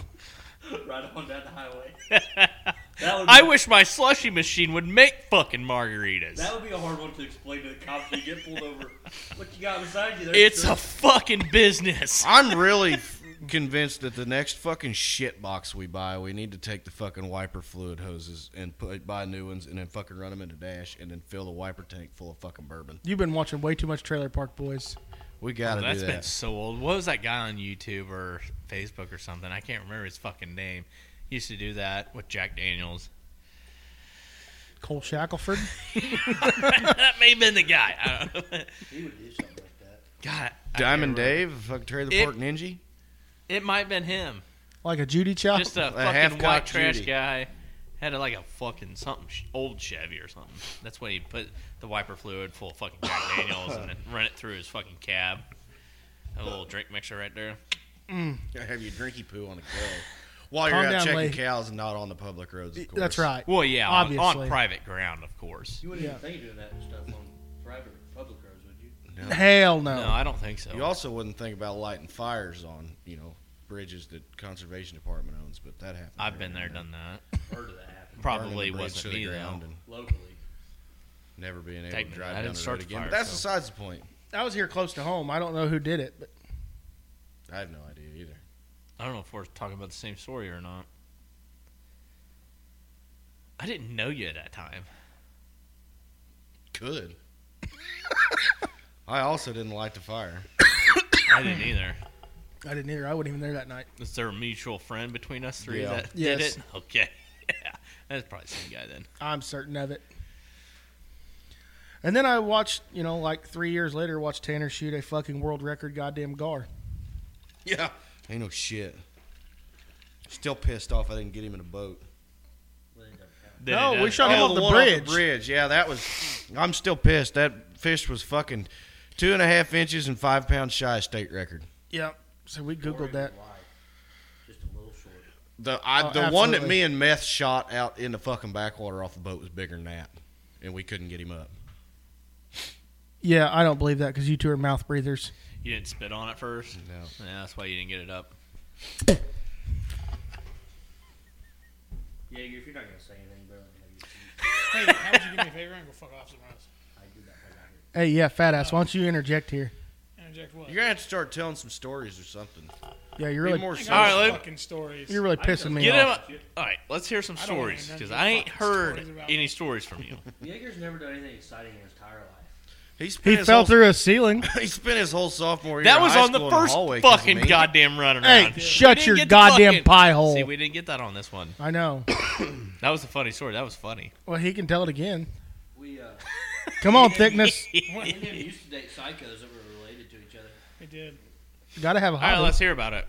right on down the highway. That would be, I wish my slushy machine would make fucking margaritas. that would be a hard one to explain to the cops. You get pulled over. What you got beside you there? It's sir? a fucking business. I'm really f- convinced that the next fucking shit box we buy, we need to take the fucking wiper fluid hoses and put, buy new ones, and then fucking run them into dash, and then fill the wiper tank full of fucking bourbon. you've been watching way too much Trailer Park Boys. We gotta That's do been that. so old. What was that guy on YouTube or Facebook or something? I can't remember his fucking name. He used to do that with Jack Daniels. Cole Shackelford. that may have been the guy. I don't know. He would do something like that. God, I Diamond can't remember. Dave, fucking Trailer It- Park Ninja. It might have been him. like a Judy Chop. Just a, fucking half-cocked white trash Judy. guy. Had a, like a fucking something sh- old Chevy or something. That's when he put the wiper fluid full of fucking Jack Daniels and then run it through his fucking cab. A little drink mixer right there. Have your drinky poo on the cow while Calm you're out down, checking lady. cows and not on the public roads. Of course. That's right. Well, yeah, on, on Obviously. private ground, of course. You wouldn't Yeah. even think of doing that stuff on private public roads, would you? Hell no. No, I don't think so. You also wouldn't think about lighting fires on you know bridges that conservation department owns, but that happened. I've here and been there, now. done that. Heard of that happen Probably Burning the bridge to wasn't the me though. ground and locally? never being able to Technically, I drive down didn't the start road the again. fire, but that's so- besides the point. I was here close to home. I don't know who did it, but I have no idea either. I don't know if we're talking about the same story or not. I didn't know you at that time. Could. I also didn't light the fire. I didn't either. I didn't either. I wasn't even there that night. Is there a mutual friend between us three Yeah. that did Yes. it? Okay. Yeah. That's probably the same guy then. I'm certain of it. And then I watched, you know, like three years later, watched Tanner shoot a fucking world record goddamn gar. Yeah. Ain't no shit. Still pissed off I didn't get him in a boat. Well, it doesn't count. Then No, it Oh, uh, we does- shot him off the one off bridge. bridge. Yeah, that was. I'm still pissed. That fish was fucking two and a half inches and five pounds shy of state record. Yep. So we Or googled even that. wide. Just a little short. The I, Oh, the one that absolutely. me and Meth shot out in the fucking backwater off the boat was bigger than that, and we couldn't get him up. Yeah, I don't believe that because you two are mouth breathers. you didn't spit on it first? No. Yeah, that's why you didn't get it up. Yeah, if you're not gonna say anything, better than have your teeth. Hey, how would you do me a favor and go fuck off somewhere else? I do that when I got here. Hey, yeah, fat ass. Why don't you interject here? Interject what? You're gonna have to start telling some stories or something. Yeah, you're Be really, more I serious. got All right, some Luke. fucking stories. you're really I pissing don't- me Get off. him up. All right, let's hear some I don't wanna stories hear none of because your I ain't fucking heard stories about any me. stories from you. Jaeger's never done anything exciting in his entire life. He, spent He his fell whole- through a ceiling. he spent his whole sophomore year. That of was high on the school in first hallway 'cause of fucking me. goddamn run Hey, around. We shut didn't your get the goddamn fucking- pie hole. See, we didn't get that on this one. I know. That was a funny story. That was funny. Well, he can tell it again. We uh, Come on, thickness. me and him used to date psychos that were related to each other. He did. Gotta have a All right, hobby. let's hear about it.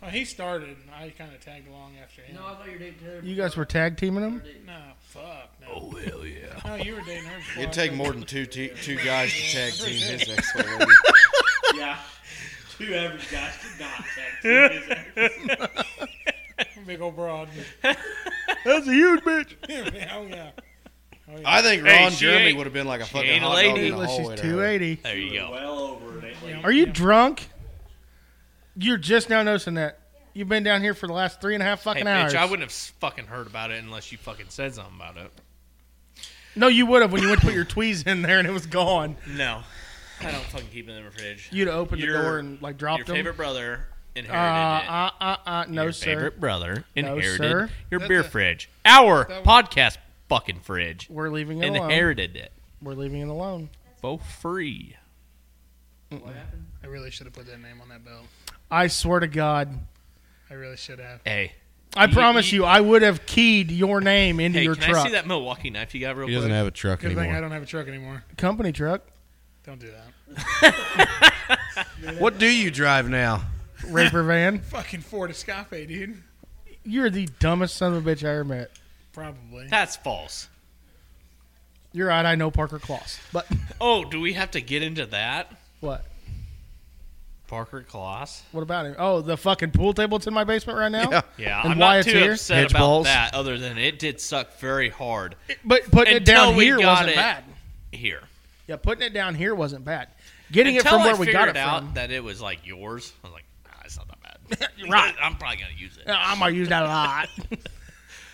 Well, he started, and I kind of tagged along after him. No, I thought you were dating Taylor. You guys were tag teaming him. No, fuck no. hell yeah. No, you were dating her. before I It'd take started. more than two te- two guys to tag team his ex lady. yeah. Two average guys could not text. Big old broad. That's a huge bitch. oh yeah. Oh, yeah. I think Hey, Ron she Jeremy ain't- would have been like a fucking ain't a hot dog lady. in the Unless hallway she's to her. 280. There you go. Well over it. ain't like- Are you Yeah. drunk? You're just now noticing that. You've been down here for the last three and a half fucking hey, hours. bitch, I wouldn't have s- fucking heard about it unless you fucking said something about it. no, you would have when you went to put your tweeze in there and it was gone. No, I don't fucking keep it in the fridge. You'd have opened Your- the door and like dropped Your them. favorite brother uh, inherited it. uh, uh, uh, no, your sir. favorite brother inherited sir. your That's beer a- fridge. Our that one- podcast fucking fridge We're leaving it alone. inherited it We're leaving it alone. for free. What happened? I really should have put that name on that belt. I swear to God. I really should have. Hey, I You- promise you- you, I would have keyed your name into hey, your can I truck. see that Milwaukee knife you got real He quick? doesn't have a truck Good thing I anymore. don't have a truck anymore. Company truck. Don't do that. What do you drive now? Raper van. Fucking Ford Escape, dude. You're the dumbest son of a bitch I ever met. Probably. That's false. You're right. I know Parker Kloss. But Oh, do we have to get into that? what? Parker Kloss. What about him? Oh, the fucking pool table that's in my basement right now? Yeah. Yeah, And I'm why not it's too here? upset Hedge about balls? that. Other than it did suck very hard But putting it Until down we here got wasn't it. bad. here. Yeah, putting it down here wasn't bad. Getting Until it from I where we got figured it out from. that it was like yours, I was like, nah, it's not that bad. You're right. I'm probably gonna use it. Yeah, I'm gonna use that a lot.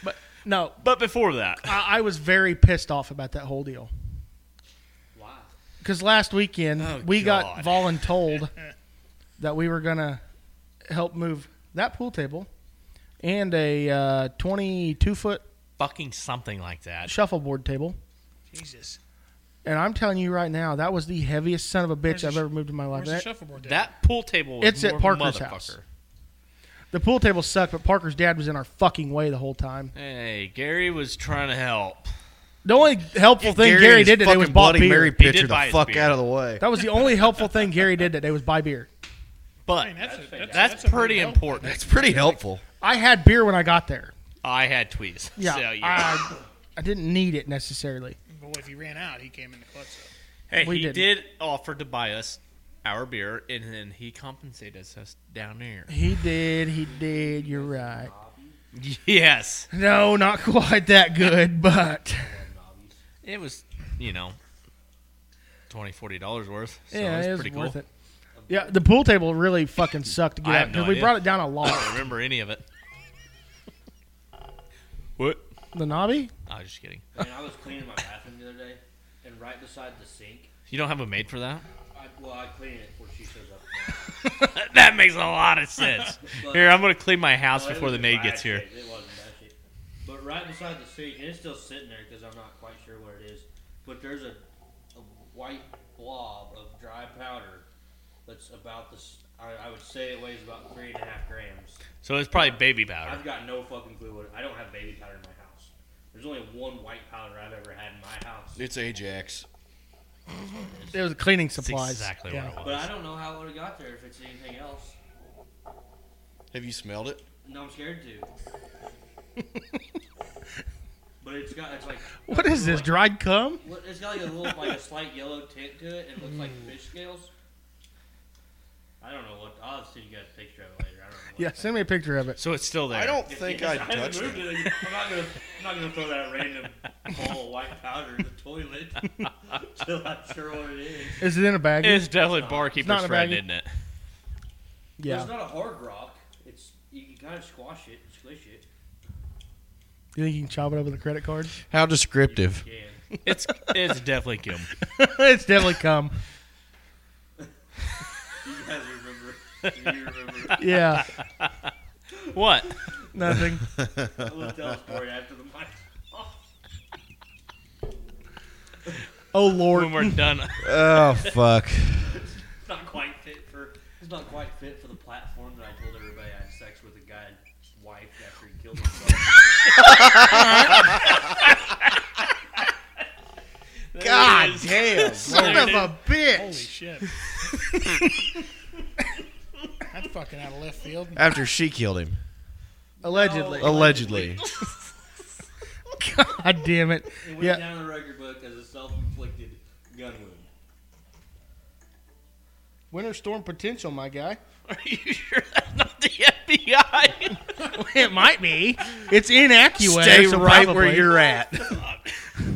but no, But before that, I, I was very pissed off about that whole deal. Why? Because last weekend Oh, we God. got voluntold that we were gonna help move that pool table and a uh, 22 foot fucking something like that. shuffleboard table. Jesus. And I'm telling you right now, that was the heaviest son of a bitch Where's the I've sh- ever moved in my life. Where's the That- shuffleboard? at? That pool table was It's at more Parker's motherfucker. house. the pool table sucked, but Parker's dad was in our fucking way the whole time. Hey, Gary was trying to help. The only helpful thing Gary, and his did today was fucking bought Bloody beer. Mary He did picture the buy his fuck beer. out of the way. That was the only helpful thing Gary did today was buy beer. But Man, that's, a, that's, that's, a big pretty help. important. That's pretty helpful. I had beer when I got there. I had tweez. Yeah, So, yeah. I, I didn't need it necessarily. Well, if he ran out, he came in the clutch. though. hey, we he didn't. did offer to buy us our beer, and then he compensated us down there. He did. He did. You're right. Yes, No, not quite that good, but it was. You know. Twenty forty dollars worth. So yeah, it was it was pretty worth cool. it. Yeah, the pool table really fucking sucked to get I out have no because we idea. brought it down a I lot. don't remember any of it. what? the knobby? I was just kidding. Man, I was cleaning my bathroom the other day, and right beside the sink, You don't have a maid for that? I, well, I clean it before she shows up. that makes a lot of sense. But- Here, I'm gonna clean my house Well, it before was the just maid my gets here. shit. It wasn't bad shit. But right beside the sink, and it's still sitting there because I'm not quite sure what it is. But there's a, a white blob of dry powder that's about this. I, I would say it weighs about three and a half grams. So it's probably baby powder. I've got no fucking clue what. I don't have baby powder in my house. There's only one white powder I've ever had in my house. It's Ajax. It was cleaning That's supplies. exactly Yeah. what it But I was. don't know how it would have got there if it's anything else. Have you smelled it? No, I'm scared to. but it's got it's like What is this? Dried cum? Well, It's got like a little, like a slight yellow tint to it, and it looks like Hmm. fish scales. I don't know what. I'll see you guys a picture of it later. I don't know. What Yeah, send me a picture of it. So it's still there. I don't If- think if I haven't touched moved it. it. I'm not gonna. I'm not gonna throw that random ball of white powder in the toilet until I'm sure what it is. Is it in a bag? It's definitely barkeeper's in a friend, baggie. isn't it? yeah. It's not a hard rock. It's you can kind of squash it, squish it. you think you can chop it up with a credit card? How descriptive. Yeah. It's it's definitely Kim. it's definitely cum. You guys remember? You remember? Yeah. What? Nothing. I'll tell a story after the mic. Oh Lord. When we're done. Oh fuck. It's not quite fit for. It's not quite fit for the platform that I told everybody I had sex with a guy's wife after he killed himself. God damn. Son of a Holy bitch. shit. That's fucking out of left field. After she killed him, Allegedly. allegedly. God damn it. It went Yeah. down in the record book as a self-inflicted gun wound. Winter storm potential, my guy. Are you sure that's not the FBI? it might be. It's in AccuWeather. Stay so right where probably. you're at.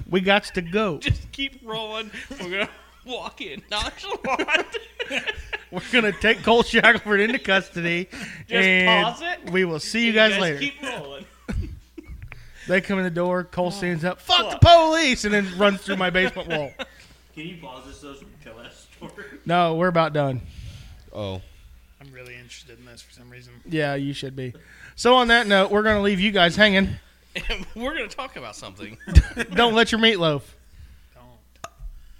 We got to go. Just keep rolling. We're gonna walk in nonchalant. We're gonna take Cole Shackelford into custody. Just and pause it. We will see you guys, later. Keep rolling. They come in the door. Cole stands up. Oh. Fuck the police, and then runs through my basement wall. Can you pause this so we can tell that story? No, we're about done. Oh, I'm really interested in this for some reason. Yeah, you should be. So on that note, we're gonna leave you guys hanging. We're gonna talk about something. Don't let your meatloaf.